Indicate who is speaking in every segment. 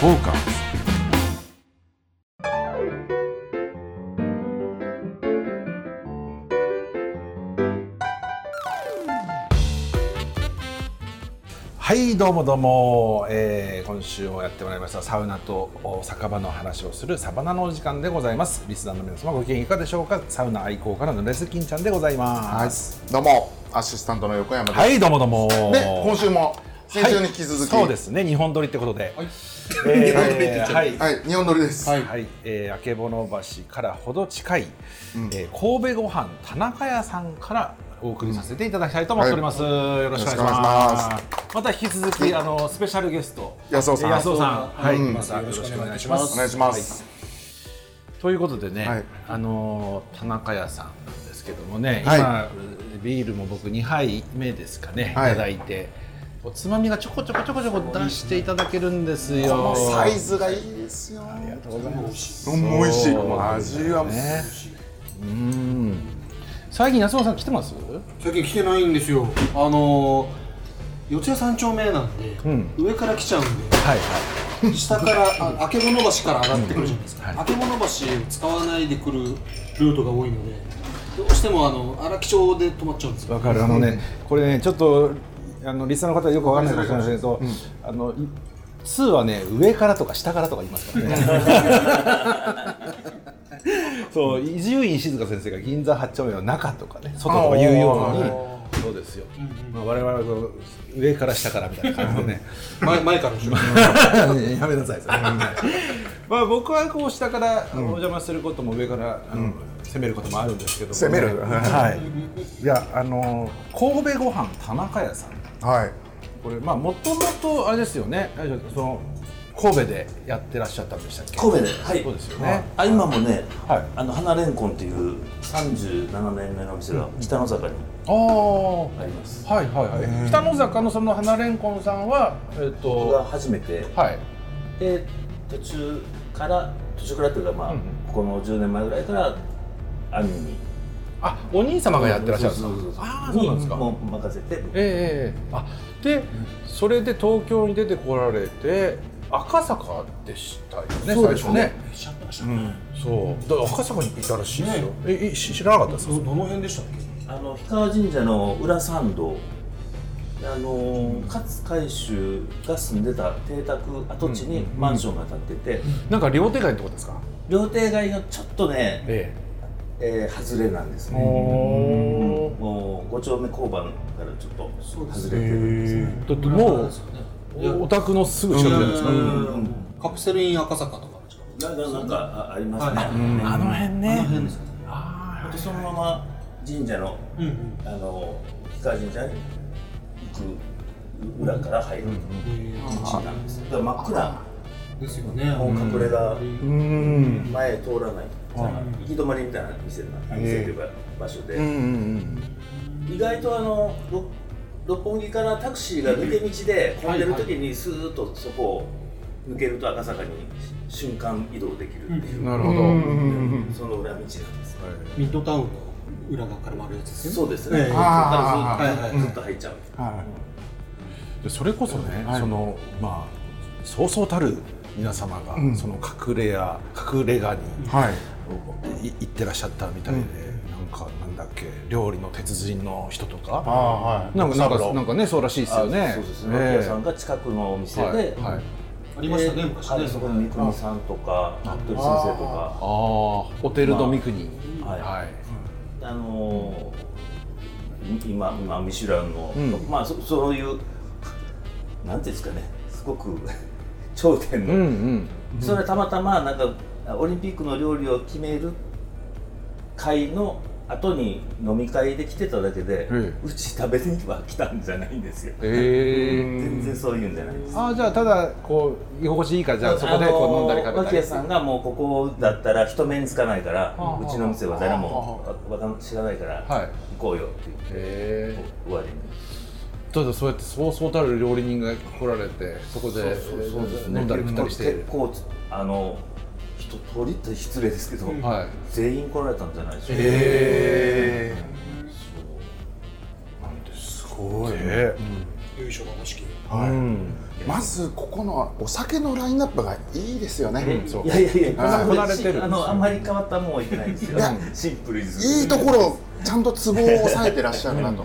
Speaker 1: フォーカスはいどうもどうも、えー今週もやってまいりましたサウナとお酒場の話をするサバナのお時間でございますリスナーの皆様ご機嫌いかがでしょうかサウナ愛好家のぬれすきんちゃんでございます
Speaker 2: どうもアシスタントの横山です、
Speaker 1: はい、どうもどうも
Speaker 2: で今週も先週に引き続き、
Speaker 1: はいそうですね日本撮りってことで、はい
Speaker 2: え
Speaker 1: ー
Speaker 2: ー
Speaker 1: はい
Speaker 2: はい日本撮りです、
Speaker 3: はい
Speaker 1: はい、えー、あけぼの橋からほど近い、えー神戸ご飯田中屋さんからお送りさせていただきたいと思っております、よろしくお願いします
Speaker 2: よろ
Speaker 1: また引き続き、あのスペシャルゲスト
Speaker 2: 安尾さん
Speaker 1: えー安尾さんはい、
Speaker 2: うん
Speaker 1: またよろしくお願いしま
Speaker 2: お
Speaker 1: す
Speaker 2: 願いします、
Speaker 1: ということでね、
Speaker 2: はい
Speaker 1: あのー田中屋さんなんですけどもね、
Speaker 2: はい
Speaker 1: 今ビールも僕2杯目ですかね、
Speaker 2: はい
Speaker 1: い、ただいておつまみがちょこちょこちょこちょこ出していただけるんですよ
Speaker 2: このサイズがいいですよありがとうございます美味しい
Speaker 1: そうなんです
Speaker 2: 味はもう、
Speaker 1: ねうん最近安尾さん来てます
Speaker 3: 最近来てないんですよあのー、四谷三丁目なんで、
Speaker 1: ん
Speaker 3: 上から来ちゃうん
Speaker 1: はい
Speaker 3: で下からああけぼの橋から上がってくるじゃないですか、
Speaker 1: うん
Speaker 3: あけぼの橋を使わないで来るルートが多いのでどうしてもあの荒木町で止まっちゃうんですよ
Speaker 1: わかるあのねこれねちょっとあのリスナーの方よくわかんないかもしれませんけど、あのい2はね上からとか下からとか言いますからね そう伊集院静香先生が銀座八丁目の中とかね外とか言うようにそうですよ、まあ、我々はこう上から下からみたいな感じでね
Speaker 3: 前前からでしょ
Speaker 1: やめなさい、 まあ僕はこう下からお邪魔することも上から、あの攻めることもあるんですけども
Speaker 2: 攻める
Speaker 1: はいいやあの神戸ご飯田中屋さん
Speaker 2: はい
Speaker 1: これまあもともとあれですよねあれその神戸でやってらっしゃったんでしたっけ
Speaker 4: 神戸で、はい、
Speaker 1: そうですよね
Speaker 4: あ今もね、
Speaker 1: はい
Speaker 4: あの花レンコンっていう37年目のお店が北の坂に
Speaker 1: ああ
Speaker 4: あります。
Speaker 1: はいはいはい北の坂のその花レンコンさんはえっ、
Speaker 4: 僕が
Speaker 1: と
Speaker 4: 初めて、
Speaker 1: はい
Speaker 4: で途中から途中からっていうかまあ、
Speaker 1: うんうん
Speaker 4: ここの10年前ぐらいから兄に
Speaker 1: あお兄様がやってらっしゃるんですか
Speaker 4: そうそうそう
Speaker 1: ああそうなんですか
Speaker 4: にもう任せて、
Speaker 1: ええええあでそれで東京に出てこられて赤坂でしたよね
Speaker 2: そうでしょう
Speaker 1: 最初ね
Speaker 2: ね
Speaker 1: そうだから赤坂にいたらしいですよ、ええし知らなかったですか
Speaker 3: どどの辺でしたっけ
Speaker 4: あの氷川神社の裏参道あの勝海舟が住んでた邸宅跡地にマンションが建ってて、
Speaker 1: なんか料亭街のとこですか
Speaker 4: 料亭街のちょっとね、
Speaker 1: え
Speaker 4: えー、外れなんです
Speaker 1: え
Speaker 4: ね。
Speaker 1: お
Speaker 4: もう五丁目交番からちょっと
Speaker 3: そうです
Speaker 4: 外れてるんですね。
Speaker 1: だってもう
Speaker 3: ですよねいや
Speaker 1: おお宅のすぐ近くじゃないですか
Speaker 3: う
Speaker 4: うんん
Speaker 3: カプセルイン赤坂とかの近く
Speaker 4: なんかなんかあありますね。
Speaker 3: はい
Speaker 4: う
Speaker 1: あ
Speaker 4: ん
Speaker 1: の辺
Speaker 3: あの
Speaker 1: ね
Speaker 3: 辺ですよね
Speaker 1: あ
Speaker 4: でそのまま神社の
Speaker 3: うんうん
Speaker 4: あの氷川神社に行く裏から入る道なんですよ。だから真っ暗
Speaker 3: ですよね
Speaker 4: もう隠れが
Speaker 1: ーうん
Speaker 4: 前通らない行き止まりみたいな店な店というか場所
Speaker 1: うんうんう
Speaker 4: で
Speaker 1: ん
Speaker 4: 意外とあのろ六本木からタクシーが抜け道で混んでる時にスーッとそこを抜けると赤坂に瞬間移動できるっていう。
Speaker 1: なるほど
Speaker 4: その裏道なんですよ。
Speaker 3: ミッドタウンの裏側から回るやつですよね
Speaker 4: そうですね。
Speaker 3: ええ
Speaker 4: そこからず
Speaker 3: あ
Speaker 4: っ
Speaker 3: ー
Speaker 4: とずっと入っちゃう。
Speaker 1: でそれこそね、そのまあそうそうたる皆様が、
Speaker 2: うん
Speaker 1: その隠れや隠れ家に
Speaker 2: はい
Speaker 1: い行ってらっしゃったみたいで、なんかなんだっけ料理の鉄人の人と
Speaker 2: あー
Speaker 1: か
Speaker 2: はい
Speaker 1: なんかなんか
Speaker 2: サブロ
Speaker 1: なんかねそうらしいですよね
Speaker 4: あそうですね。
Speaker 1: ええ
Speaker 4: お客さんが近くのお店
Speaker 1: はい
Speaker 4: で、
Speaker 1: はい
Speaker 3: ありましたね昔ね
Speaker 4: はいそこの三國さんとか服部先生と
Speaker 1: あ
Speaker 4: か、
Speaker 1: あホテルドミクニー、
Speaker 4: はい
Speaker 1: はい
Speaker 4: あのーい今今ミシュランの、
Speaker 1: うん
Speaker 4: まあそそういうなんていうんですかね、すごく頂点
Speaker 1: う
Speaker 4: の、
Speaker 1: んうん
Speaker 4: それはたまたまなんかオリンピックの料理を決める会の後に飲み会で来てただけで、
Speaker 1: え
Speaker 4: うち食べには来たんじゃないんですよ。
Speaker 1: ええ
Speaker 4: 全然そういうんじゃないです。
Speaker 1: ああじゃあただこう居心地いいからじゃあそこで
Speaker 4: あの
Speaker 1: こう飲んだり食べた
Speaker 4: 脇
Speaker 1: り
Speaker 4: 屋さんがもうここだったら人目につかないから、
Speaker 1: あはあ
Speaker 4: うちの店は誰もわかん知らないから、
Speaker 1: はい
Speaker 4: 行こうよって言って、
Speaker 1: ええ
Speaker 4: 終わりに。
Speaker 1: ただそうやってそうそうたる料理人が来られてそこで飲んだり食ったりして
Speaker 4: 結構あの人通りって失礼ですけど、
Speaker 1: はい
Speaker 4: 全員来られたんじゃないでしょうか。
Speaker 2: え
Speaker 1: すごいね
Speaker 3: 優勝が欲しき
Speaker 2: ーはい、
Speaker 1: うん
Speaker 2: まずここのお酒のラインナップがいいですよね、
Speaker 1: そう
Speaker 4: いやいやいや、
Speaker 2: あー
Speaker 1: こなれてるんですよ
Speaker 4: あの、あんまり変わったもんはいけないですよ
Speaker 2: いや。
Speaker 4: シンプルにする
Speaker 2: いいところをちゃんとツボを押さえてらっしゃるなと、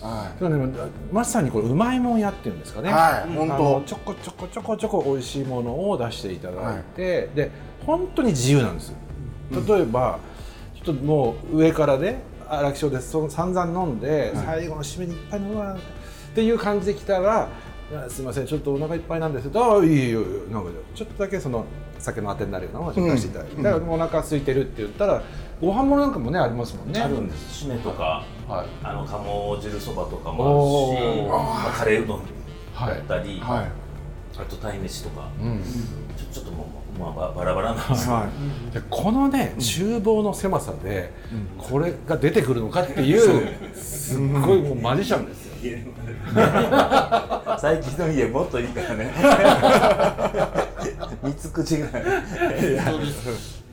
Speaker 2: は
Speaker 1: だからねまさにこれうまいもん屋っていうんですか
Speaker 2: い、
Speaker 1: ね、
Speaker 2: はい、
Speaker 1: あ
Speaker 2: 本
Speaker 1: のち
Speaker 2: 当
Speaker 1: ょこちょこちょこちょこ美味しいものを出していただいて、で本当に自由なんですよ例えば、ちょっともう上からね荒木町でその散々飲んで、最後の締めにいっぱい飲むわっていう感じで来たらあ「すいませんちょっとお腹いっぱいなんです」と「あいいよいいよなんかちょっとだけその酒のあてになるようなものを出していただいて、だからお腹空いてるって言ったらご飯もなんかもねありますもんね。
Speaker 4: あるんです。締めとか、
Speaker 1: はい
Speaker 4: あの、鴨汁そばとかもあるし
Speaker 1: おー
Speaker 4: まあ、カレーうどん
Speaker 1: は
Speaker 4: だ
Speaker 1: い
Speaker 4: ったり、
Speaker 2: はい
Speaker 4: あと鯛めしとか、
Speaker 1: うん
Speaker 4: ちょちょっともう、まあば、バラバラなんですけど
Speaker 1: はい、でこのね厨房の狭さでこれが出てくるのかっていうすっごいもうマジシャンですよ
Speaker 5: 最近の家もっといいからね三つ口ぐらい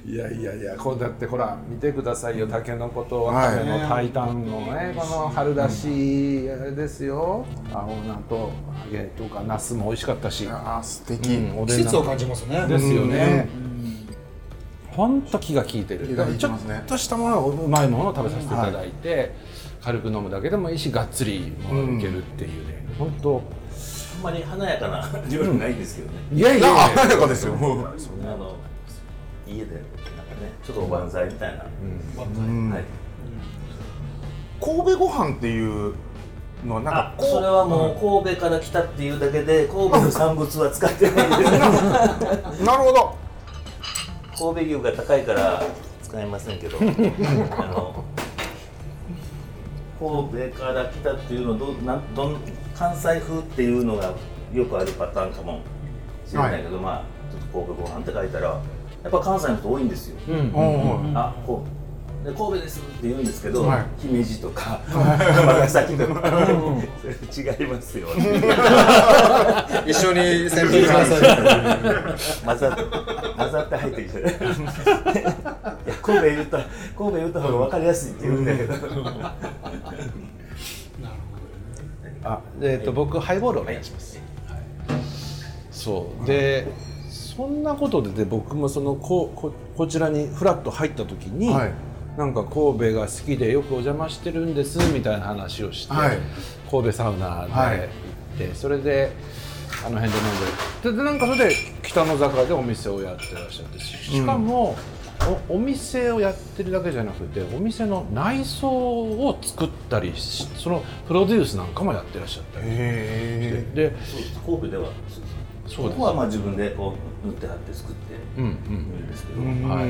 Speaker 1: いやいやいやこうだってほら見てくださいよ竹のことわかめの炊いたんのねこの春だしあれですよ青菜と揚げとかナスも美味しかったし、
Speaker 2: あー素
Speaker 1: う
Speaker 2: 敵、
Speaker 1: ん、お
Speaker 3: 季
Speaker 1: でんなん
Speaker 3: 節を
Speaker 1: か
Speaker 3: 感じますね
Speaker 1: ですよねほんと気が利いてる
Speaker 2: 気が利い
Speaker 1: ち
Speaker 2: て
Speaker 1: ょっ
Speaker 2: ますね
Speaker 1: としたものをうまいものを食べさせていただいて、軽く飲むだけでもいいしがっつりものいけるっていうね、本当
Speaker 4: あんまり華やかな料理ないんですけどね。
Speaker 1: いやいやいや
Speaker 2: あ華やかですよ
Speaker 4: そんなあの家でなんかねちょっとおばんざいみたいな、
Speaker 2: うん
Speaker 4: はい、
Speaker 2: 神戸ご飯っていうのはなんか
Speaker 4: あ
Speaker 2: こう
Speaker 4: それはもう神戸から来たっていうだけで神戸の産物は使ってないんです
Speaker 2: なるほど
Speaker 4: 神戸牛が高いから使いません けどあの神戸から来たっていうのどうなんどん関西風っていうのがよくあるパターンかもしれないけど、まあちょっと神戸ご飯って書いたらやっぱ関西の人多いんですよ、
Speaker 1: うん
Speaker 2: うん
Speaker 4: あこうで神戸ですって言うんですけど、
Speaker 2: はい
Speaker 4: 姫路とか尼崎とか、 それ違いま すよ
Speaker 3: 一緒に先輩します
Speaker 4: 混ざ混ざって入ってきて いや神戸言った神戸言った方が分かりやすいって言うんだけど、
Speaker 1: あえっ、と僕ハイボールお願いします、そうでそんなことでで僕もそのこここちらにフラッと入った時に、
Speaker 2: はい
Speaker 1: なんか神戸が好きでよくお邪魔してるんですみたいな話をして、
Speaker 2: はい
Speaker 1: 神戸サウナで行って、それであの辺で飲んででなんかそれで北の坂でお店をやってらっしゃってししかも、おお店をやってるだけじゃなくてお店の内装を作ったりしそのプロデュースなんかもやってらっしゃったりして
Speaker 2: へ
Speaker 1: で
Speaker 4: 神戸では
Speaker 1: そ
Speaker 4: そうこ
Speaker 1: です
Speaker 4: こはまあ自分でこう塗って貼って作って
Speaker 1: うんう
Speaker 4: いる
Speaker 1: ん
Speaker 4: んですけど、
Speaker 2: え
Speaker 1: はい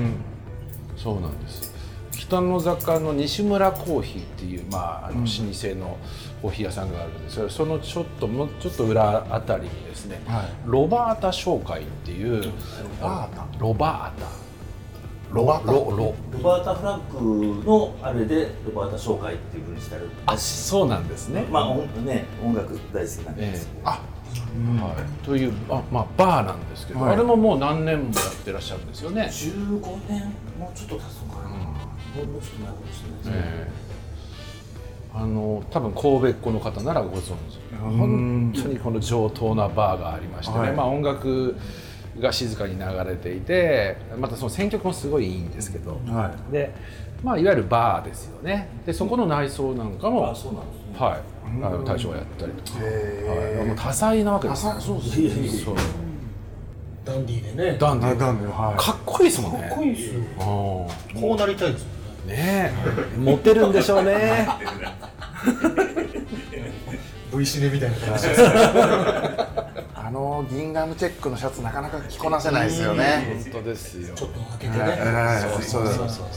Speaker 1: そうなんです北の坂の西村コーヒーっていう、まあ、あの老舗のコーヒー屋さんがあるんですけど、そのちょっともうちょっと裏あたりにですね、
Speaker 2: はい
Speaker 1: ロバータ商会っていう
Speaker 2: バータ
Speaker 1: あのロバータ
Speaker 2: ロバータ
Speaker 1: ロロ
Speaker 4: ロバータ・フランクのあれでロバータ紹介っていうふうにしてある
Speaker 1: あそうなんですね、
Speaker 4: まあほんとね音楽大好きなんですけど、
Speaker 2: あ
Speaker 1: はい、というあ、まあ、バーなんですけど、
Speaker 2: はい
Speaker 1: あれももう何年もやってらっしゃるんですよね、
Speaker 4: 15年もうちょっと経つのかな、もうもうちょっと前かもしれないですね、
Speaker 1: ええあの多分神戸っ子の方ならご存知本当にこの上等なバーがありましてね、
Speaker 2: はい
Speaker 1: まあ、音楽が静かに流れていてまたその選曲もすごいいいんですけど、、
Speaker 2: はい
Speaker 1: で、まあ、いわゆるバーですよねでそこの内装なんかも、
Speaker 4: あそうなんですね
Speaker 1: はい、あの大将がやったりとか、
Speaker 2: へ
Speaker 1: はいもう多彩なわけです
Speaker 2: 朝そうです
Speaker 4: いやいやいや
Speaker 1: そう
Speaker 3: ダンディーでね
Speaker 1: ダンディ
Speaker 2: あ
Speaker 1: ー
Speaker 2: ダメは
Speaker 1: かっこいいですもんね
Speaker 3: かっこいいです
Speaker 1: う
Speaker 3: よ
Speaker 1: ん
Speaker 3: こうなりたいですよ
Speaker 1: ねえモテるんでしょうね
Speaker 3: V シネみたいな感じで
Speaker 2: あのギンガムチェックのシャツなかなか着こなせないですよね。
Speaker 1: 本当ですよ
Speaker 3: ちょっと開けてね
Speaker 2: はいそうです
Speaker 3: そうそう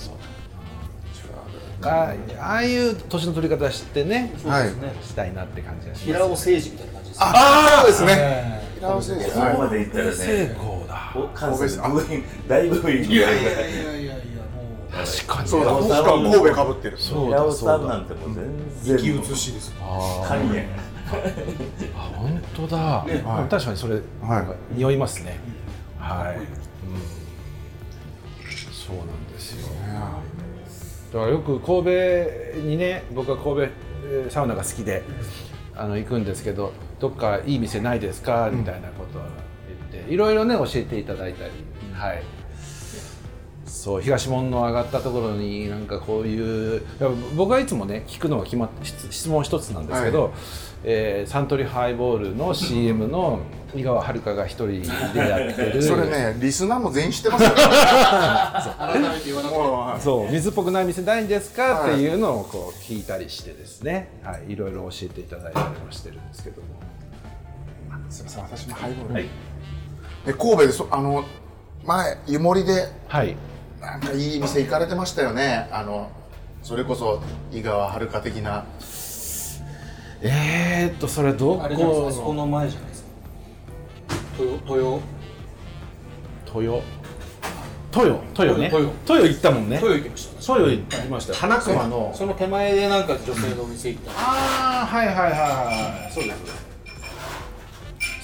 Speaker 1: あああいう年の取り方してね、
Speaker 2: はい
Speaker 1: したいなって感じがします。
Speaker 3: 平尾誠二みたいな感じですね
Speaker 2: あそうですね。
Speaker 3: ええ
Speaker 2: 平尾選手
Speaker 4: ここまでいったらね
Speaker 1: 功だ。
Speaker 4: お関西の部員大部員いやいや
Speaker 3: いやいやいやもう
Speaker 1: 確かに。
Speaker 2: そうだ。
Speaker 4: 平尾
Speaker 2: 確
Speaker 4: さん
Speaker 2: か神戸かぶってる。
Speaker 1: そう
Speaker 4: 平
Speaker 1: だ
Speaker 4: 尾さ
Speaker 1: そ
Speaker 4: ん
Speaker 1: う
Speaker 4: な
Speaker 1: だ。
Speaker 4: んてもう全
Speaker 3: 生き
Speaker 4: 然
Speaker 3: 写しですよ
Speaker 1: あ
Speaker 4: 神や
Speaker 1: ーあ、本当だ。
Speaker 2: はい
Speaker 1: 確かにそれ、
Speaker 2: はい
Speaker 1: い、匂いますね。はい。うん。そうなんですよ。だからよく神戸にね僕は神戸えーサウナが好きであの行くんですけどどっかいい店ないですかみたいなことを言っていろいろね教えていただいたり、はいそう東門の上がったところになんかこういうやっぱ僕はいつもね聞くのが決まって質質問一つなんですけど、えーサントリーハイボールの CM の井川遥が一人でやってる
Speaker 2: それねリスナーも全員知って ますよ
Speaker 3: 改めて言わなくても
Speaker 2: もう
Speaker 1: そう水っぽくない店ないんですか、
Speaker 2: は
Speaker 1: っ
Speaker 2: い
Speaker 1: ていうのをこう聞いたりしてですね、はい、いろいろ教えていただいたりもしてるんですけども
Speaker 2: すいません私もハイボール、
Speaker 4: はい
Speaker 2: で神戸でそあの前湯守で
Speaker 1: はい
Speaker 2: なんかいい店行かれてましたよねあのそれこそ井川遥的な
Speaker 1: えー、っとそれどこ
Speaker 3: あれじゃないですかあそこの前じゃないですか豊豊
Speaker 1: 豊豊豊ね
Speaker 3: 豊
Speaker 1: 豊行ったもんね
Speaker 3: 豊行きましたね
Speaker 1: 豊行きました花熊の
Speaker 3: その手前でなんか女性のお店行った
Speaker 1: ああはいはいはいはいそうです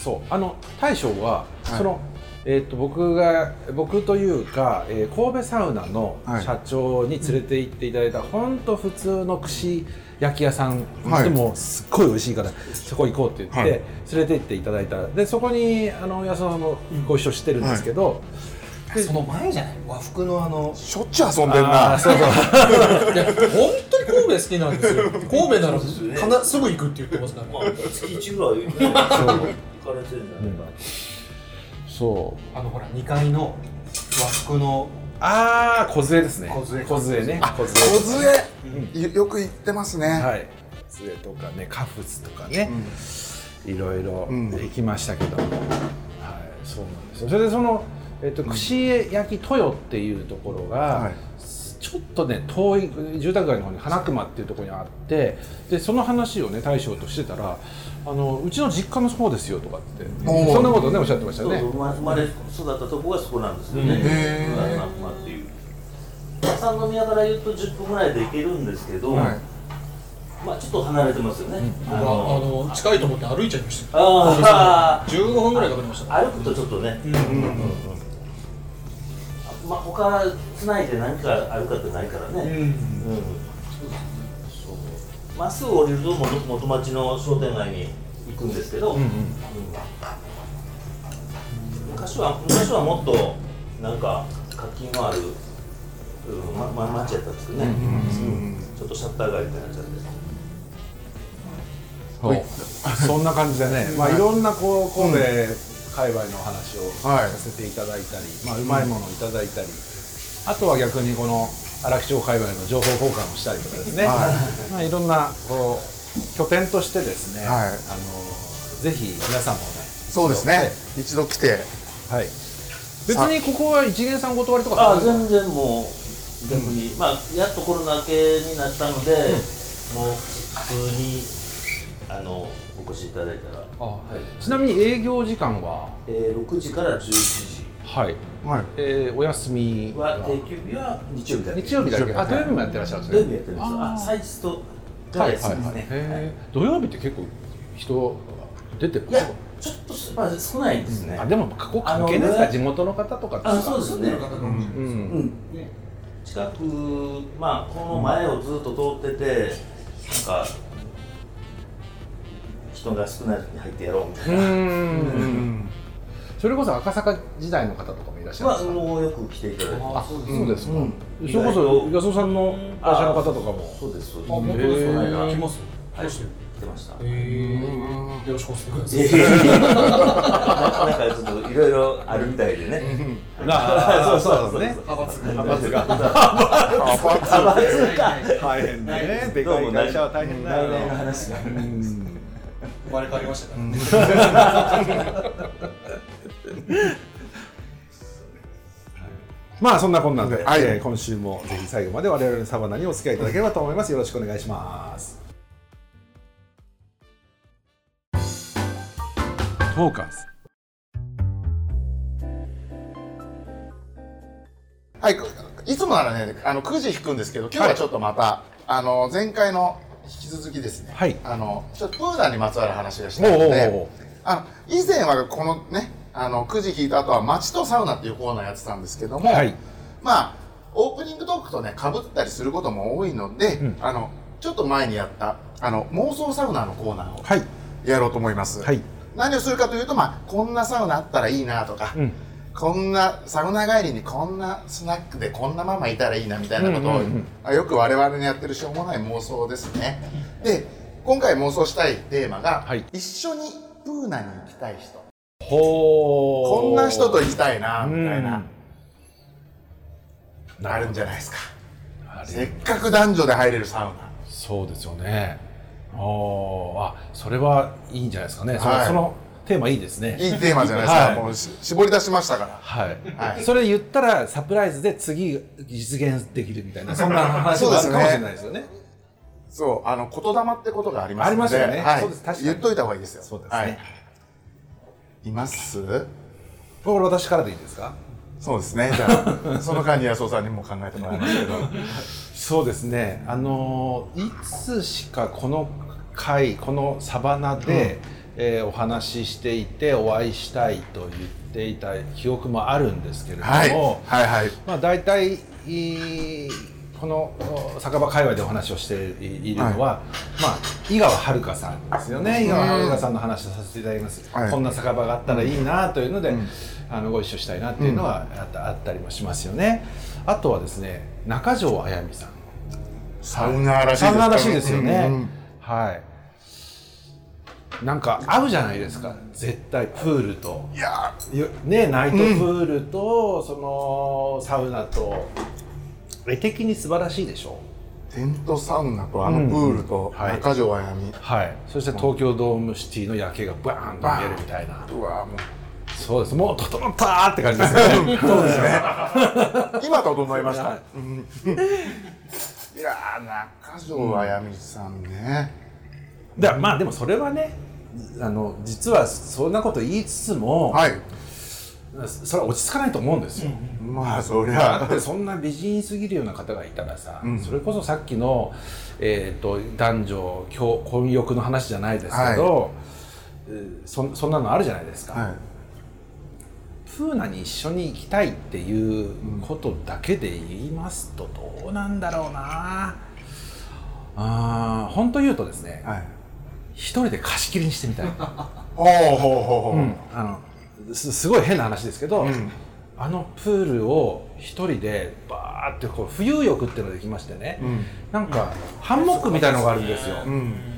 Speaker 1: そうあの大将は、そのえー、と僕が僕というか、えー神戸サウナの
Speaker 2: はい
Speaker 1: 社長に連れて行っていただいた、ほんと普通の串焼き屋さん、
Speaker 2: はい
Speaker 1: でもすっごい美味しいからそこ行こうって言って、
Speaker 2: はい
Speaker 1: 連れて行っていただいたでそこにあの安田さんもご一緒してるんですけど、
Speaker 3: のその前じゃない和服のあの
Speaker 2: しょっちゅう遊んでんな
Speaker 1: あーそう そう
Speaker 3: いや本当に神戸好きなんですよ神戸なら
Speaker 4: そうですね
Speaker 3: かなすぐ行くって言ってますから
Speaker 4: まあ月一ぐらいね行かれてるんじゃないかな
Speaker 1: そう
Speaker 3: あのほら2階の和服の
Speaker 1: ああ、小杖ですね。
Speaker 3: 小杖
Speaker 1: 小杖ね。小杖。
Speaker 2: 小杖よよく行ってますね、
Speaker 1: はい。小杖とかね、カフスとかね、いろいろ
Speaker 2: うん
Speaker 1: 行きましたけども、はい、そうなんですよ。それでそのえっと串焼き豊っていうところが、
Speaker 2: はい
Speaker 1: ちょっとね遠い住宅街の方に花熊っていうところにあってでその話をね大将としてたらあのうちの実家のそうですよとかって
Speaker 2: おー
Speaker 1: そんなことねおっしゃってました
Speaker 4: そう
Speaker 1: よね
Speaker 4: 生ま生まれ育ったとこがそこなんですよね、
Speaker 3: うん
Speaker 2: へー
Speaker 4: まあまあっていう三宮から言うと10分ぐらいで行けるんですけど、
Speaker 2: はい
Speaker 4: まあちょっと離れてますよね、
Speaker 3: あ
Speaker 4: あの
Speaker 3: の近いと思って歩いちゃいましたよ
Speaker 4: あー
Speaker 3: 15分ぐらいかかりました
Speaker 4: 歩くとちょっとね、まあ他つないで何かあるかってないからね、
Speaker 3: うん
Speaker 4: うんそうまっすぐ降りると元元町の商店街に行くんですけ
Speaker 1: う
Speaker 4: ど、
Speaker 1: んうん
Speaker 4: うん昔は昔はもっとなんか活気のある、うんまま、町やったんですけどね、うんちょっとシャッター街みたいになっちゃって。
Speaker 1: そうそんな感じでね、まあ、いろんなこう神戸界隈のお話を
Speaker 2: はい
Speaker 1: させていただいたり、まあ、うまいものをいただいたり、あとは逆にこの荒木町界隈の情報交換をしたりとかですね、いまあ、いろんなこう拠点としてですね、
Speaker 2: はい
Speaker 1: あのぜひ皆さんもね、
Speaker 2: そうですね一度来て
Speaker 1: はい、別にここは一元さんお断りとか
Speaker 4: ああ
Speaker 1: するんで
Speaker 4: 全然もう逆に、まあやっとコロナ明けになったので、もう普通にあのお越しいただいたら、
Speaker 1: すかあはいちなみに営業時間は、
Speaker 4: えー、6時から11時
Speaker 1: はい
Speaker 2: はい
Speaker 1: えーお休み
Speaker 4: は
Speaker 1: は
Speaker 4: 定休日は日曜日だけ
Speaker 1: 日曜日だけ、あ土曜日もやってらっしゃるんです
Speaker 4: 土
Speaker 1: ね
Speaker 4: 曜日やってますあ祭日とはいそうですね、
Speaker 1: へー土曜日って結構人出てる
Speaker 4: いやちょっとすまあ少ないですね、
Speaker 1: あでも過去関係ないです
Speaker 4: あ
Speaker 1: か
Speaker 4: の
Speaker 1: 地元の方とかって
Speaker 4: あそうですね
Speaker 1: う
Speaker 4: うんん近くまあこの前をずっと通っててなんか人が少ない時に入ってやろうみたいな
Speaker 1: うーんそれこそ赤坂時代の方とかもいらっしゃるん
Speaker 4: ま
Speaker 1: で
Speaker 4: あ、
Speaker 1: すか、
Speaker 4: もうよく来ていただいて
Speaker 1: あ、そうですか、
Speaker 2: うん
Speaker 1: それこそ安尾さんの会社の方とかも
Speaker 4: そうですそうです
Speaker 3: 本当
Speaker 1: へ
Speaker 3: です
Speaker 1: ー
Speaker 3: か
Speaker 4: へー
Speaker 3: 来ます来
Speaker 4: は
Speaker 3: ま
Speaker 4: い来
Speaker 3: したよ
Speaker 4: てました
Speaker 3: へえよろしくお伝えください
Speaker 4: なんかちょっといろいろあるみたいでね
Speaker 1: あーそうですね
Speaker 3: 派閥が
Speaker 1: 派閥が
Speaker 4: あまずか
Speaker 1: 大変だねで
Speaker 4: どうもね
Speaker 1: は大変
Speaker 4: 来年の話が
Speaker 1: うん
Speaker 3: 生まれ変わりましたからね
Speaker 1: まあそんなこんなんで、
Speaker 2: はい
Speaker 1: えー今週もぜひ最後まで我々のサバナにお付き合いいただければと思いますよろしくお願いしますトーカーズ
Speaker 2: はい、いつもならね、あの9時引くんですけど、今日はちょっとまた、あの前回の引き続きですね。
Speaker 1: はい
Speaker 2: あのちょっとプーダンにまつわる話がしたいの
Speaker 1: おうおうおう
Speaker 2: で、あの以前はこのね、あの9時引いた後は街とサウナっていうコーナーやってたんですけども、
Speaker 1: はい
Speaker 2: まあオープニングトークとね被ったりすることも多いので、
Speaker 1: ん
Speaker 2: あのちょっと前にやったあの妄想サウナのコーナーを
Speaker 1: はい
Speaker 2: やろうと思います、
Speaker 1: はい
Speaker 2: 何をするかというと、まあ、こんなサウナあったらいいなとか、
Speaker 1: うん
Speaker 2: こんなサウナ帰りにこんなスナックでこんなママいたらいいなみたいなことを、
Speaker 1: うんうんうん
Speaker 2: あよく我々のやってるしょうもない妄想ですねで今回妄想したいテーマが、
Speaker 1: はい
Speaker 2: 一緒にプーナに行きたい人
Speaker 1: ほ
Speaker 2: こんな人と
Speaker 1: い
Speaker 2: 行きたいなみたいな、あ
Speaker 1: な
Speaker 2: る
Speaker 1: る
Speaker 2: んじゃないですか
Speaker 1: あ
Speaker 2: せ
Speaker 1: れ
Speaker 2: っかく男女で入れるサウナ
Speaker 1: そうですよねあーあそれはいいんじゃないですかね、そ
Speaker 2: はい
Speaker 1: そのテーマいいですね
Speaker 2: いいテーマじゃないですか、
Speaker 1: はい
Speaker 2: もうし絞り出しましたから
Speaker 1: はい、
Speaker 2: はい
Speaker 1: それ言ったらサプライズで次実現できるみたいなそんな話もあるかもしれないですよね
Speaker 2: そうあの言霊ってことがありますので
Speaker 1: ありますよね
Speaker 2: はい、
Speaker 1: そうです確かに
Speaker 2: 言っといた方がいいですよ
Speaker 1: そうですね
Speaker 2: はい、います
Speaker 1: これ私からでいいですか
Speaker 2: そうですねじゃ あその間に安尾さんにも考えてもらいますけど
Speaker 1: そうですねあのいつしかこの回このサバナで、えーお話ししていてお会いしたいと言っていた記憶もあるんですけれども、
Speaker 2: はいはいはい
Speaker 1: まあ、大体いいこのお酒場界隈でお話をしていいるのは、まあ、井川遥さんですよね井川遥さんの話をさせていただきます、
Speaker 2: はい
Speaker 1: こんな酒場があったらいいなというので、あのご一緒したいなっていうのはあった,、あったりもしますよねあとはですね中条あやみさん
Speaker 2: サウナーらしい
Speaker 1: サウナーらしいですよね、
Speaker 2: うんうん
Speaker 1: はいなんか合うじゃないですか絶対プールと
Speaker 2: いや
Speaker 1: ねナイトプールと、そのサウナと絵的に素晴らしいでしょ
Speaker 2: ーテントサウナとあのプールと
Speaker 1: うんはい
Speaker 2: 中条あやみ、
Speaker 1: はいそして東京ドームシティの夜景がバーンと見えるみたいな
Speaker 2: うわーもう
Speaker 1: そうですもう整ったーって感じですよねそうですね
Speaker 2: 今整いまし
Speaker 1: は
Speaker 2: た
Speaker 1: い、
Speaker 2: うんいやー中条あやみさんね、
Speaker 1: だからまあでもそれはねあの実はそんなこと言いつつも、
Speaker 2: はい
Speaker 1: それは落ち着かないと思うんですよ、
Speaker 2: まあそり
Speaker 1: だ
Speaker 2: ゃ
Speaker 1: って そんな美人すぎるような方がいたらさ、
Speaker 2: うん
Speaker 1: それこそさっきの、えー、と男女共混浴の話じゃないですけど、えーそそんなのあるじゃないですか、
Speaker 2: はい
Speaker 1: プーナに一緒に行きたいっていうことだけで言いますとどうなんだろうなあー本当言うとですね、
Speaker 2: はい
Speaker 1: 一人で貸し切りにしてみ たい、
Speaker 2: ほうほうほうほう、
Speaker 1: あのすすごい変な話ですけど、あのプールを一人でバーってこう浮遊浴っていうのができましてね、なんかハンモックみたいのがあるんですよ、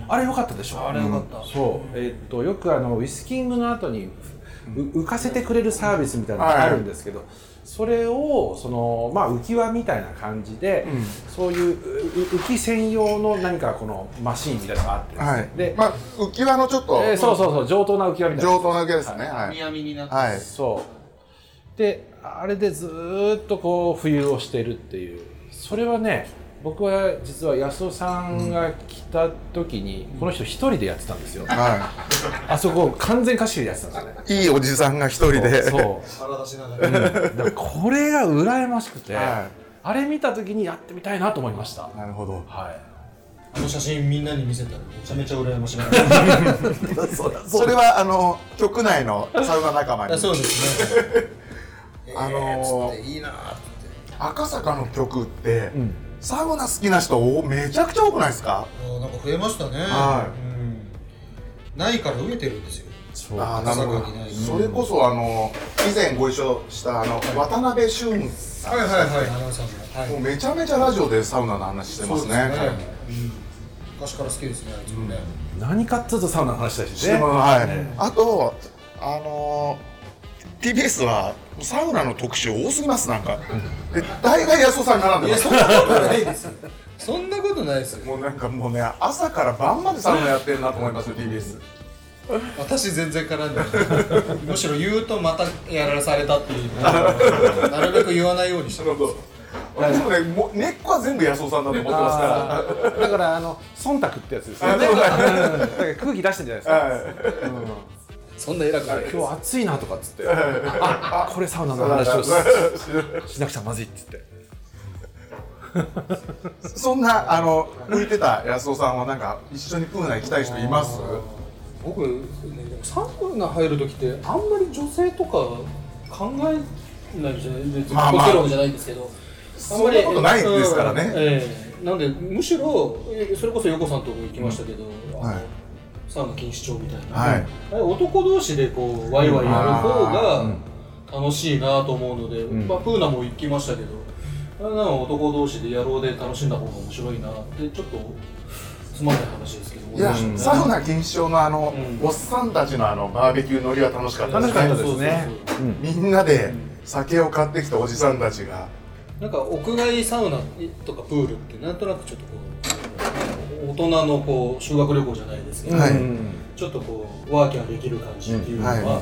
Speaker 1: あれ良かったでしょ
Speaker 3: あれ良かった
Speaker 1: うんそう、えーっとよくあのウィスキングの後にう浮かせてくれるサービスみたいなのがあるんですけど、それをその、まあ、浮き輪みたいな感じで、そういうう浮き専用の何かこのマシーンみたいなのがあってですね、
Speaker 2: はい
Speaker 1: で、
Speaker 2: まあ浮き輪のちょっと、
Speaker 1: えーそうそうそう上等な浮き輪みたいな
Speaker 2: 上等な浮き輪ですねはい、はい
Speaker 3: 闇になって、
Speaker 1: そうであれでずーっとこう浮遊をしてるっていうそれはね僕は実は安尾さんが来た時に、この人一人でやってたんですよ、
Speaker 2: は
Speaker 1: あそこ完全貸し切りでやってたんで
Speaker 2: い、いいおじさんが一人です
Speaker 1: よねそう
Speaker 3: 腹出しなが
Speaker 1: だ
Speaker 3: ら、
Speaker 1: からこれが羨ましくて、
Speaker 2: は
Speaker 1: あれ見た時にやってみたいなと思いました、
Speaker 2: いなるほど
Speaker 1: はい
Speaker 3: あの写真みんなに見せたらめちゃめちゃ羨ましい
Speaker 2: それはあの局内のサウナ仲間に
Speaker 3: そうですね
Speaker 2: あの
Speaker 3: いいなーって
Speaker 2: 赤坂の局って、
Speaker 1: ん
Speaker 2: サウナ好きな人おめちゃくちゃ多くないですか
Speaker 3: あーなんか増えましたね、
Speaker 2: は
Speaker 3: うん、ないから飢えてるんですよ
Speaker 1: そう
Speaker 2: あーなるほど
Speaker 3: 赤坂にない
Speaker 2: それこそあの以前ご一緒したあの渡辺俊さん、
Speaker 3: はいはいはいアナウンサーもはい
Speaker 2: もうめちゃめちゃラジオでサウナの話してますね
Speaker 3: うん、昔から好きですねあいつもね、
Speaker 1: 何かっつうとサウナの話だし
Speaker 2: して
Speaker 1: ね
Speaker 2: ますはい、
Speaker 1: ね
Speaker 2: あとあのー TBS はサウナの特集多すぎますなんか、で大概安尾さん並んで
Speaker 3: い
Speaker 2: ま
Speaker 3: や
Speaker 2: す
Speaker 3: そんなことないですよ そんなことないですよ
Speaker 2: もうなんかもうね朝から晩までサウナやってるなと思いますよ TBS
Speaker 3: 私全然絡んで ないむしろ言うとまたやらされたっていう なるべく言わないようにして
Speaker 2: なるほどでもねもう根っこは全部安尾さんだと思ってます
Speaker 1: あ
Speaker 2: か
Speaker 1: ーだからあの忖度ってやつですよね、
Speaker 2: あ
Speaker 1: うん
Speaker 2: そう
Speaker 1: だ
Speaker 2: だ
Speaker 1: から空気出してんじゃないです
Speaker 2: ら、
Speaker 1: か、
Speaker 2: はい、
Speaker 3: そんな偉くない
Speaker 1: 今日暑いなとかっつってあこれサウナの話をし しなくちゃまずいっつって
Speaker 2: そんなあの浮いてた安尾さんはなんか一緒にプーナ行きたい人います
Speaker 3: 僕、ね、でもサウナ入る時ってあんまり女性とか考えないじゃない別に
Speaker 2: まあまあ
Speaker 3: ボケ論じゃないんですけど、
Speaker 2: そんなことないですからね
Speaker 3: うんええなんでむしろえそれこそ横さんとこ行きましたけど、あの
Speaker 2: はい
Speaker 3: サウナ禁止帳みたいな、
Speaker 2: はい
Speaker 3: あれ男同士でこうワイワイやる方
Speaker 1: う
Speaker 3: が
Speaker 1: ん
Speaker 3: 楽しいなと思うので、
Speaker 1: ん
Speaker 3: まあ、プーナも行きましたけどあれなんか男同士で野郎で楽しんだ方が面白いなってちょっとつまんない話ですけど
Speaker 2: いや
Speaker 3: 思いました
Speaker 2: サ
Speaker 3: ね
Speaker 2: ウナ禁止症のあの、
Speaker 3: うん
Speaker 2: おっさんたちのあのバーベキューのりは楽しかったです
Speaker 1: 楽しかった
Speaker 2: ね
Speaker 1: ですね
Speaker 3: そうそう
Speaker 1: うん
Speaker 2: みんなで酒を買ってきたおじさんたちが
Speaker 3: なんか屋外サウナとかプールってなんとなくちょっとこう大人のこう修学旅行じゃないですけど、
Speaker 2: はい
Speaker 1: うん
Speaker 3: ちょっとこうワーキャーできる感じっていうのは、
Speaker 2: うんは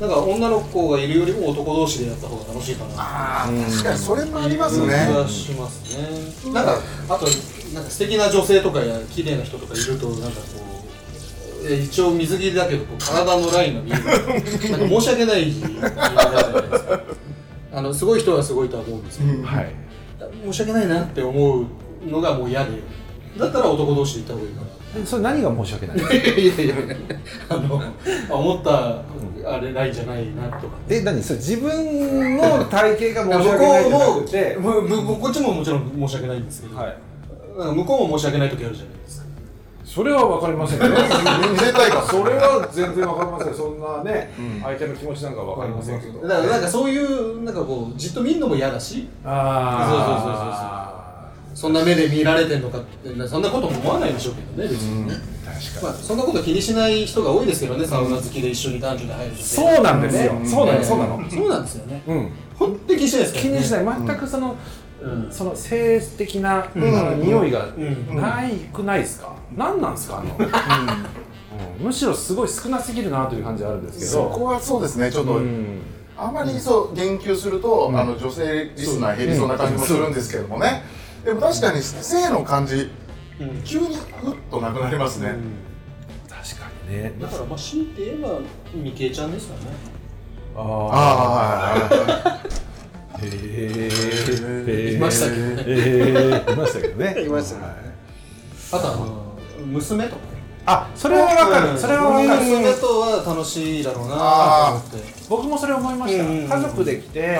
Speaker 3: なんか女の子がいるよりも男同士でやった方が楽しいかな
Speaker 2: あー確かにそれもあります
Speaker 3: 気
Speaker 2: ね、
Speaker 3: がしますね、なんかあとなんか素敵な女性とかや綺麗な人とかいるとなんかこうえ一応水着だけどこう体のラインが見 えるなんか申し訳ない言い方じゃないですかあのすごい人はすごいとは思うんですけど、
Speaker 1: はい
Speaker 3: 申し訳ないなって思うのがもう嫌でだったら男同士で行った方がいいかな
Speaker 1: でそれ何が申し訳 ない
Speaker 3: いやいやいやあのあ思ったあれないじゃないなとか
Speaker 1: え何それ自分の体型が申し訳
Speaker 3: 向
Speaker 1: ない
Speaker 3: こ
Speaker 1: じゃ
Speaker 3: う
Speaker 1: なくて
Speaker 3: もむむこっちももちろん申し訳ないんですけど、
Speaker 1: はい
Speaker 3: なんか向こうも申し訳ない時あるじゃないですか
Speaker 1: それは分かりませんけど
Speaker 2: 絶対か
Speaker 1: それは全然分かりませんそんなね、相手の気持ちなんか分かりませんけど、
Speaker 3: だからなんかそういうなんかこうじっと見るのも嫌だし
Speaker 1: ああ
Speaker 3: そんな目で見られてんのかってそんなことも思わないでしょうけどね別にね、
Speaker 1: 確
Speaker 3: まあ、そんなこと気にしない人が多いですけどねサウナ好きで一緒に男女で入る女性
Speaker 1: そうなんですよ、そうなの、そうなの、
Speaker 3: そうなんですよね
Speaker 1: うん、
Speaker 3: 本当に気にしないですから
Speaker 1: 気
Speaker 3: ね
Speaker 1: にしない全くその、
Speaker 3: うん
Speaker 1: その性的な、あの匂いが
Speaker 3: ん
Speaker 1: ないくないですか、なん、なんですかあの、うんむしろすごい少なすぎるなという感じはあるんですけど
Speaker 2: そこはそうですねちょっと、
Speaker 1: うん
Speaker 2: あまりそう言及すると、あの女性リスナー減りそうな感じもするんですけどもね、でも確かに性の感じ、
Speaker 3: うん
Speaker 2: 急にふっとなくなりますね、
Speaker 1: 確かにね
Speaker 3: だからまあ強いて言えばミケちゃんですかね
Speaker 1: ああ
Speaker 2: ああはい
Speaker 1: へえ
Speaker 3: いましたけどね
Speaker 1: ねいましたけどね
Speaker 3: いましたね
Speaker 1: はい
Speaker 3: あとは娘とかね
Speaker 1: あそれは分かるそれは分か
Speaker 3: 娘
Speaker 1: る
Speaker 3: とは楽しいだろうな
Speaker 2: あ
Speaker 3: と思って
Speaker 1: 僕もそれ思いました、
Speaker 3: うんうんうん
Speaker 1: 家族で来て、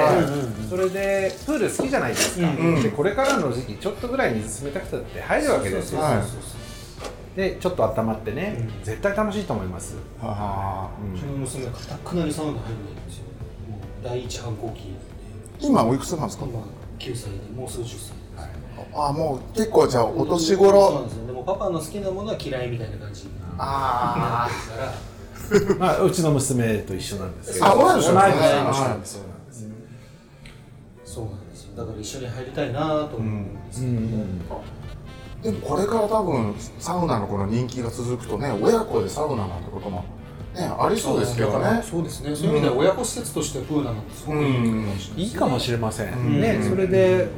Speaker 3: うん
Speaker 1: それでプール好きじゃないですか、
Speaker 3: うん
Speaker 2: うん
Speaker 1: でこれからの時期ちょっとぐらい水冷たくたって入るわけですよ
Speaker 2: はい
Speaker 1: でちょっと温まってね、
Speaker 3: うん
Speaker 1: 絶対楽しいと思います、
Speaker 2: ああ
Speaker 3: うちの娘はかたくなにサウナ入んないんですよもう第一反抗期なんで
Speaker 2: 今おいくつなんですか
Speaker 3: 今9歳でもうすぐ10歳です
Speaker 2: ああもう結構じゃあお年頃
Speaker 3: そうなんですよでもパパの好きなものは嫌いみたいな感じになって
Speaker 2: あ
Speaker 3: るから
Speaker 1: まあ、うちの娘と一緒なんですけど
Speaker 2: あ同い年なんですね
Speaker 1: 同い年
Speaker 2: はい
Speaker 1: なんですそうなんですよ
Speaker 3: そうなんですよだから一緒に入りたいなと思うんですけどね、
Speaker 2: あでもこれから多分サウナのこの人気が続くとね親子でサウナなんてこともねありそうですけどね
Speaker 3: そうですね。そういう意味では親子施設としてプーナなんですごくいいかもしれない
Speaker 1: いいかもしれません、
Speaker 2: うん
Speaker 1: ね、それで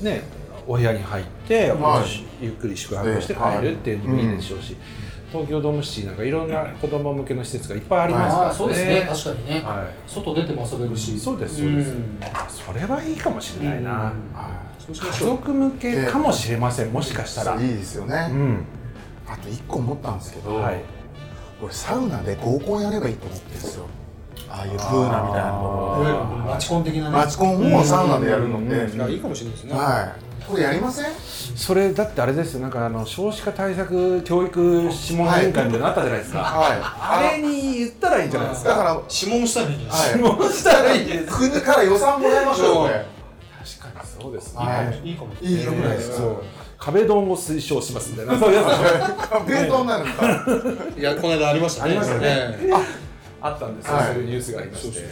Speaker 1: おねお部屋に入って、
Speaker 2: はい
Speaker 1: ゆっくり宿泊して帰るっていうのもいいでしょうし、東京ドームシティなんかいろんな子供向けの施設がいっぱいありますからね、
Speaker 3: ああ、そうですね。確かにね。
Speaker 1: は
Speaker 3: 外出ても遊べるし。
Speaker 1: い、そうですそうです、
Speaker 3: ん
Speaker 1: あそれはいいかもしれないな、
Speaker 3: うん
Speaker 2: は
Speaker 3: そうしま
Speaker 1: 家
Speaker 3: しょう。
Speaker 1: 族向けかもしれませんもしかしたら
Speaker 2: いいいですよね、
Speaker 1: うん
Speaker 2: あと1個思ったんですけど、
Speaker 1: はい
Speaker 2: 俺サウナで合コンやればいいと思ってるんですよああいうプーナみたいなところで
Speaker 3: マチコン的なね。
Speaker 2: マチコンをサウナでやるのって、
Speaker 1: うん
Speaker 3: がいいかもしれないですね。
Speaker 2: はいこれやりません
Speaker 1: それだってあれですよなんかあの少子化対策教育諮問委員会みたいなのあったじゃないですか、
Speaker 2: はい
Speaker 1: あれに言ったらいいんじゃない ですか
Speaker 2: だから、は
Speaker 3: 指紋したらいいんじゃない
Speaker 2: い、
Speaker 1: したらいいです
Speaker 2: 国から予算もらいましょうこれ
Speaker 1: 確かにそうです
Speaker 2: はい
Speaker 3: いいかも。
Speaker 2: いいよぐらいです
Speaker 1: そ
Speaker 2: よ
Speaker 1: う壁ドンを推奨しますみたいなそういうや
Speaker 2: 弁当になるんだ
Speaker 3: いや、この間ありましたね。
Speaker 1: ありましたね
Speaker 3: ええ。
Speaker 1: つあったんですよ、
Speaker 2: はい
Speaker 1: そういうニュースがありまして
Speaker 2: ね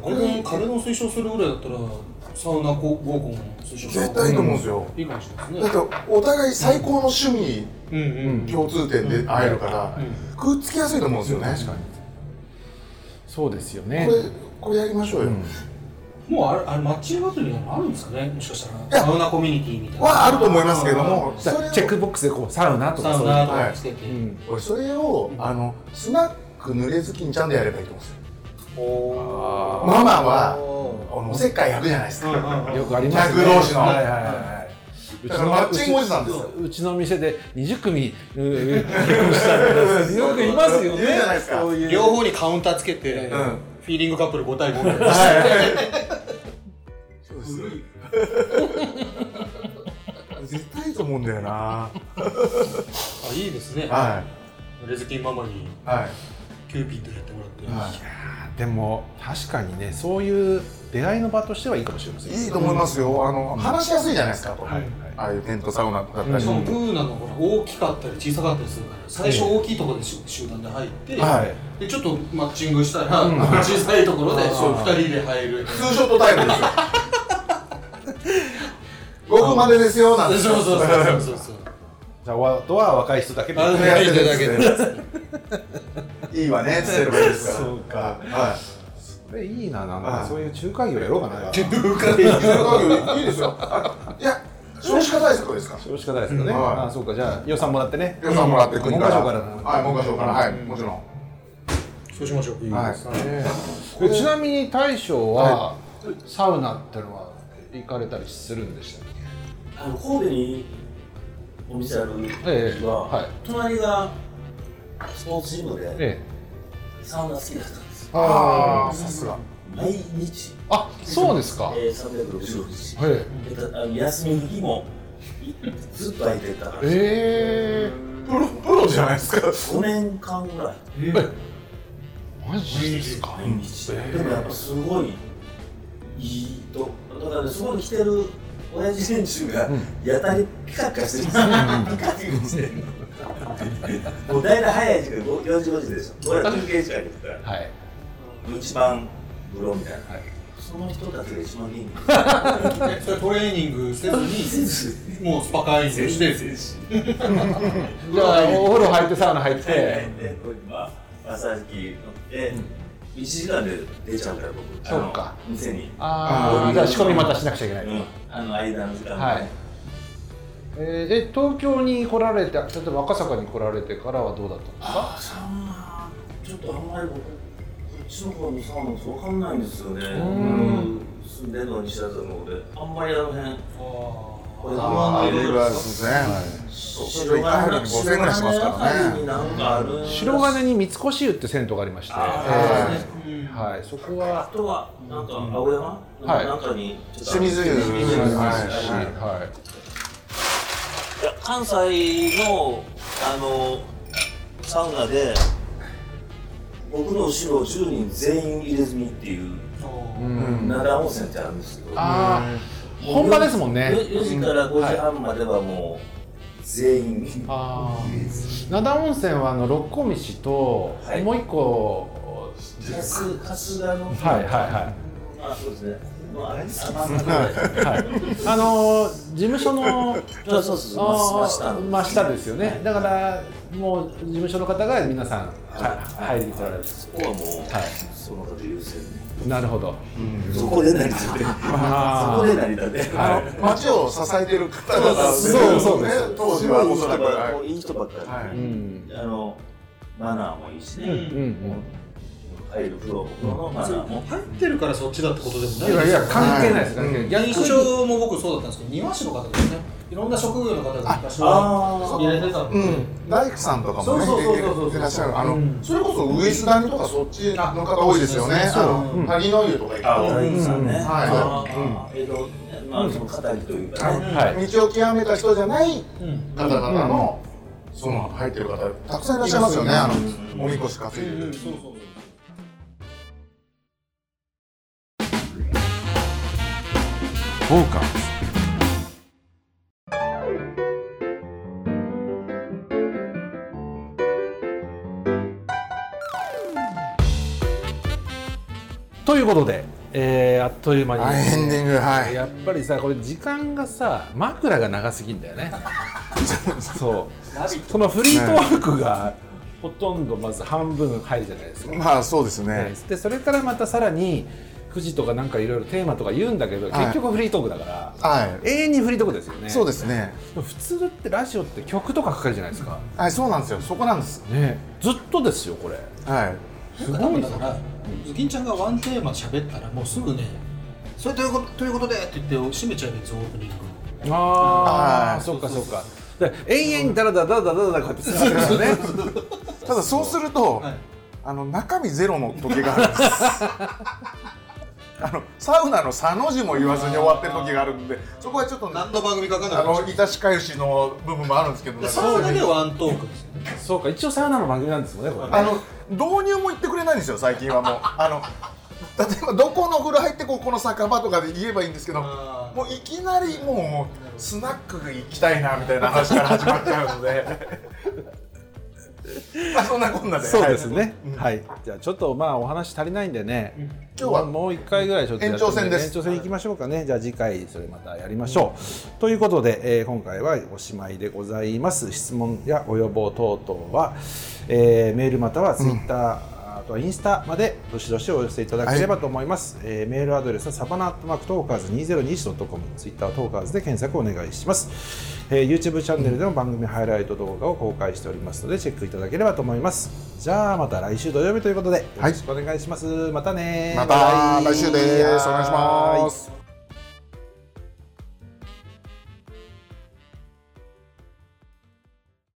Speaker 3: これで壁の推奨するぐらいだったら、サウナ合コンを推奨
Speaker 2: 絶対いいと思うんですよ、
Speaker 3: いいかもしれないで
Speaker 2: だっ
Speaker 3: す
Speaker 2: て
Speaker 3: ね。
Speaker 2: お互い最高の趣味
Speaker 3: うんうん。
Speaker 2: 共通点で会えるから、くっつきやすいと思うんですよね、確か
Speaker 1: そうですよね
Speaker 2: これこれやりましょうよ、
Speaker 3: もうあれ、あれマッチングアプリみたいなのあるんですかね。もしかしたら。
Speaker 2: や
Speaker 3: サウナコミュニティみたいな。
Speaker 2: はあると思いますけども
Speaker 1: だからチェックボックスでこうサウナと
Speaker 3: サ
Speaker 1: かそう
Speaker 3: ウ
Speaker 1: いう
Speaker 3: ナ
Speaker 1: の
Speaker 3: とかつけて。
Speaker 1: うん
Speaker 2: 俺それを、あのスナック濡れずきんちゃんでやればいいと思うんですよママはあのおせっかいやるじゃないですか、
Speaker 1: よくあります
Speaker 2: 客同士の
Speaker 1: はいはいはい
Speaker 2: だからマッチングおじさんですよ
Speaker 1: うちの店で20組うんうん結婚したりよくいますよ
Speaker 2: いるじゃない
Speaker 1: ね
Speaker 2: ですか
Speaker 1: そういう
Speaker 3: 両方にカウンターつけて、フィーリングカップル5対5ぐらいで
Speaker 2: そうです絶対いいと思うんだよな
Speaker 3: あいいですね
Speaker 2: は
Speaker 3: レズキンママに
Speaker 2: はい
Speaker 3: キューピッドやってもらって、
Speaker 2: はい
Speaker 1: でも確かにねそういう出会いの場としてはいいかもしれません
Speaker 2: いいと思いますよあの話しやすいじゃないですかと、
Speaker 1: はいはい
Speaker 2: ああいうテントサウナだったり、
Speaker 1: うん
Speaker 3: しかもプーナのほら大きかったり小さかったりするから最初大きいところで集集団で入って、
Speaker 1: はい
Speaker 3: でちょっとマッチングしたら、小さいところで
Speaker 1: あー
Speaker 3: そう2人で入る
Speaker 2: ツーショットタイムですよ5分までですよなん
Speaker 3: そう
Speaker 2: て
Speaker 3: そ うそうそうそうそう
Speaker 1: じゃああとは若い人だけで
Speaker 3: あのや ってるだけで
Speaker 2: いいわねって言えばいいですから
Speaker 1: そうか
Speaker 2: は
Speaker 1: それいいななんか、
Speaker 2: はい
Speaker 1: そういう仲介業やろうかな
Speaker 2: いうことでいいですよいや少子化対策ですか
Speaker 1: 少子化ですよね、
Speaker 2: うんはい
Speaker 1: あそうかじゃあ予算もらってね
Speaker 2: 予算もらって国から
Speaker 1: 文科省から
Speaker 2: はい文科省からはいもちろん
Speaker 3: そうしましょう
Speaker 2: はい
Speaker 1: えちなみに大将は、サウナってのは行かれたりするんでしたっけ
Speaker 4: あの神戸にお店ある
Speaker 1: ええ
Speaker 4: のは、
Speaker 1: はい
Speaker 4: 隣がスポーツジムで
Speaker 1: え
Speaker 4: サウナ好きだったんです
Speaker 1: えあ
Speaker 2: さすが
Speaker 4: 毎日、
Speaker 1: あそうですか、
Speaker 4: えー、365日、
Speaker 1: え
Speaker 4: でたあの休みの日もいずっと空いてたから
Speaker 1: ええ
Speaker 2: プロプロじゃないですか
Speaker 4: 5年間ぐらい
Speaker 1: えマジですか
Speaker 4: 毎日、でもやっぱすごいいいとだからねそこに来てる親父連中がやたりピカピカしてるんですよ、ピカピカしてるもう大体早い時間ご4時5時でしょ俺ら休憩時間に行くから
Speaker 1: はい
Speaker 4: 一番風呂みたいな、
Speaker 1: はい
Speaker 4: その人たちが一番元
Speaker 3: それトレーニングせず
Speaker 4: 気
Speaker 3: にもうスパ会員として
Speaker 1: じゃあお風呂入ってサウナ入って、
Speaker 4: で、まあ、マッサージ機乗って、1時間で出ちゃうから僕
Speaker 1: そうか
Speaker 4: あの店に、
Speaker 1: あ
Speaker 2: あ
Speaker 1: あ
Speaker 2: ー
Speaker 1: じゃあ仕込みまたしなくちゃいけ
Speaker 4: う
Speaker 1: ない、
Speaker 4: ん、あの間の時間
Speaker 1: はいえーえ東京に来られて例えば赤坂に来られてからはどうだったんですか
Speaker 4: あサウナちょっとあんまり僕こっちの方のサウナ分かんないんですよね
Speaker 1: ん
Speaker 4: うん住んでるのは西田と思うであんまりあの辺これ
Speaker 2: あーレ
Speaker 4: 何
Speaker 2: バ
Speaker 4: が
Speaker 2: ーですね
Speaker 4: 白
Speaker 2: 一杯5000円ぐらいしますからね
Speaker 4: 白金辺りになんかあるらしい
Speaker 1: 白金に三越湯って銭湯がありまして、
Speaker 4: あ
Speaker 1: え
Speaker 4: ーそうですね
Speaker 1: えはい、そこ
Speaker 4: あ
Speaker 1: は
Speaker 4: とはなんか青山
Speaker 1: は
Speaker 4: はいい中に
Speaker 2: 清水湯
Speaker 4: 清水湯
Speaker 2: はい
Speaker 1: はい
Speaker 4: いや関西のあのサウナで僕の後ろ10人全員入れ墨っていう灘温泉ってあるんですけど
Speaker 1: ああ本場ですもんね
Speaker 4: よ4時から5時半まではもう全員、
Speaker 1: ああ灘温泉はあの六甲道と、
Speaker 4: はい
Speaker 1: もう一個
Speaker 4: 春春日の、
Speaker 1: はいはいは
Speaker 4: あそうですね、まあ、あれですか、真ん中ぐらい
Speaker 1: いはいあのー事務所の
Speaker 4: そうそうそう、
Speaker 1: あ
Speaker 4: 真
Speaker 1: ー
Speaker 4: 下の
Speaker 1: 真下ですよね、だからもう事務所の方が皆さん、はい、入りに来られる、
Speaker 4: そこはもう、
Speaker 1: は
Speaker 4: その方優先
Speaker 1: い、なるほど
Speaker 4: そこで成り立って、そこで成り立って、
Speaker 2: あの街を支えてる方々ですよ
Speaker 1: そうそうそうです
Speaker 2: ね当時はおそらく
Speaker 4: いい人ばっか
Speaker 2: は
Speaker 4: りいい人ばっかり、
Speaker 2: いは
Speaker 1: うん
Speaker 2: い
Speaker 4: あのマナーもいいしね、
Speaker 1: うんうん
Speaker 4: 入る風呂も風呂のマナーも、
Speaker 3: 入ってるからそっちだってことでもない
Speaker 1: いやいや関係ないです、
Speaker 2: はい
Speaker 1: 関係ない
Speaker 3: 逆に印象も僕そうだったんですけど庭師の方ですねいろんな職業の方が昔は
Speaker 4: あ
Speaker 3: 入れてたんで
Speaker 2: うん、大工さんとかもね、
Speaker 4: そうそうそうそう
Speaker 2: 結構いらっしゃる、あの、
Speaker 3: うん
Speaker 2: それこそウエスダニとかそっちの方多いですよね。
Speaker 3: そう
Speaker 2: あ
Speaker 3: う
Speaker 2: の、谷の湯とか
Speaker 4: あ
Speaker 2: 行
Speaker 4: あ、大工さんね、
Speaker 2: うんはい
Speaker 4: あーえっと、まあ、その肩というかね、
Speaker 1: は
Speaker 2: くと、道を極めた人じゃない
Speaker 3: うん
Speaker 2: 方々の、その入ってる方、たくさんいらっしゃいますよね。あの、おみこし担いで
Speaker 3: うん
Speaker 2: る。
Speaker 3: そうそう
Speaker 1: フォーカスということで、えーあっという間に、
Speaker 2: はい、エンディング、はい。
Speaker 1: やっぱりさこれ時間がさ枕が長すぎんだよねそうこのフリートークがほとんどまず半分入るじゃないですか、
Speaker 2: まあ、そうですね。
Speaker 1: でそれからまたさらに9時とかなんかいろいろテーマとか言うんだけど、
Speaker 2: はい
Speaker 1: 結局フリートークだから
Speaker 2: は
Speaker 1: 永遠にフリートークですよね
Speaker 2: い。そうですね。
Speaker 1: 普通ってラジオって曲とかかかるじゃないですか、
Speaker 2: はい、そうなんですよ。そこなんです。
Speaker 1: ね、ずっとですよこれ
Speaker 2: はい。
Speaker 1: す
Speaker 3: 多
Speaker 1: ご
Speaker 3: 分
Speaker 1: い
Speaker 3: だからズキンちゃんがワンテーマ喋ったらもうすぐねそれということということでって言って締めちゃえばいいんですよオープニング
Speaker 1: ああ
Speaker 2: はい
Speaker 1: そうかそうかだから永遠にダラダラダラダラダラこうやってするからね
Speaker 2: ただ、そうすると
Speaker 3: はい、
Speaker 2: あの、中身ゼロの時があるんです。あの、サウナのサの字も言わずに終わってる時があるんで、そこはちょっとね。
Speaker 3: 何の番組か分かんな
Speaker 2: あ
Speaker 3: いかもし
Speaker 2: の、いたし返しの部分もあるんですけど、
Speaker 3: れないそれだけワントークですよね
Speaker 1: そうか一応サウナの番組なんですもんねこれね
Speaker 2: あの導入も言ってくれないんですよ最近はもうあの例えばどこの風呂入ってここの酒場とかで言えばいいんですけど
Speaker 3: あー
Speaker 2: もういきなりもうスナックが行きたいなみたいな話から始まっちゃうので まあそんなこんなで
Speaker 1: そうですね、はい、じゃあちょっとまあお話足りないんでね、
Speaker 2: 今日は
Speaker 1: もう一回ぐらいちょっとやって
Speaker 2: 延長戦です
Speaker 1: 延長戦いきましょうかね、じゃあ次回それまたやりましょう、ということで、えー今回はおしまいでございます質問やご要望等々は、えーメールまたはツイッター、あとはインスタまでどしどしお寄せいただければと思います、えーメールアドレスはサバナアットマークトーカーズ 2021.com ツイッターはトーカーズで検索お願いします、えー YouTube チャンネルでも番組ハイライト動画を公開しておりますのでチェックいただければと思いますじゃあまた来週土曜日ということでよろしくお願いします、またね
Speaker 2: また来週ですお願いします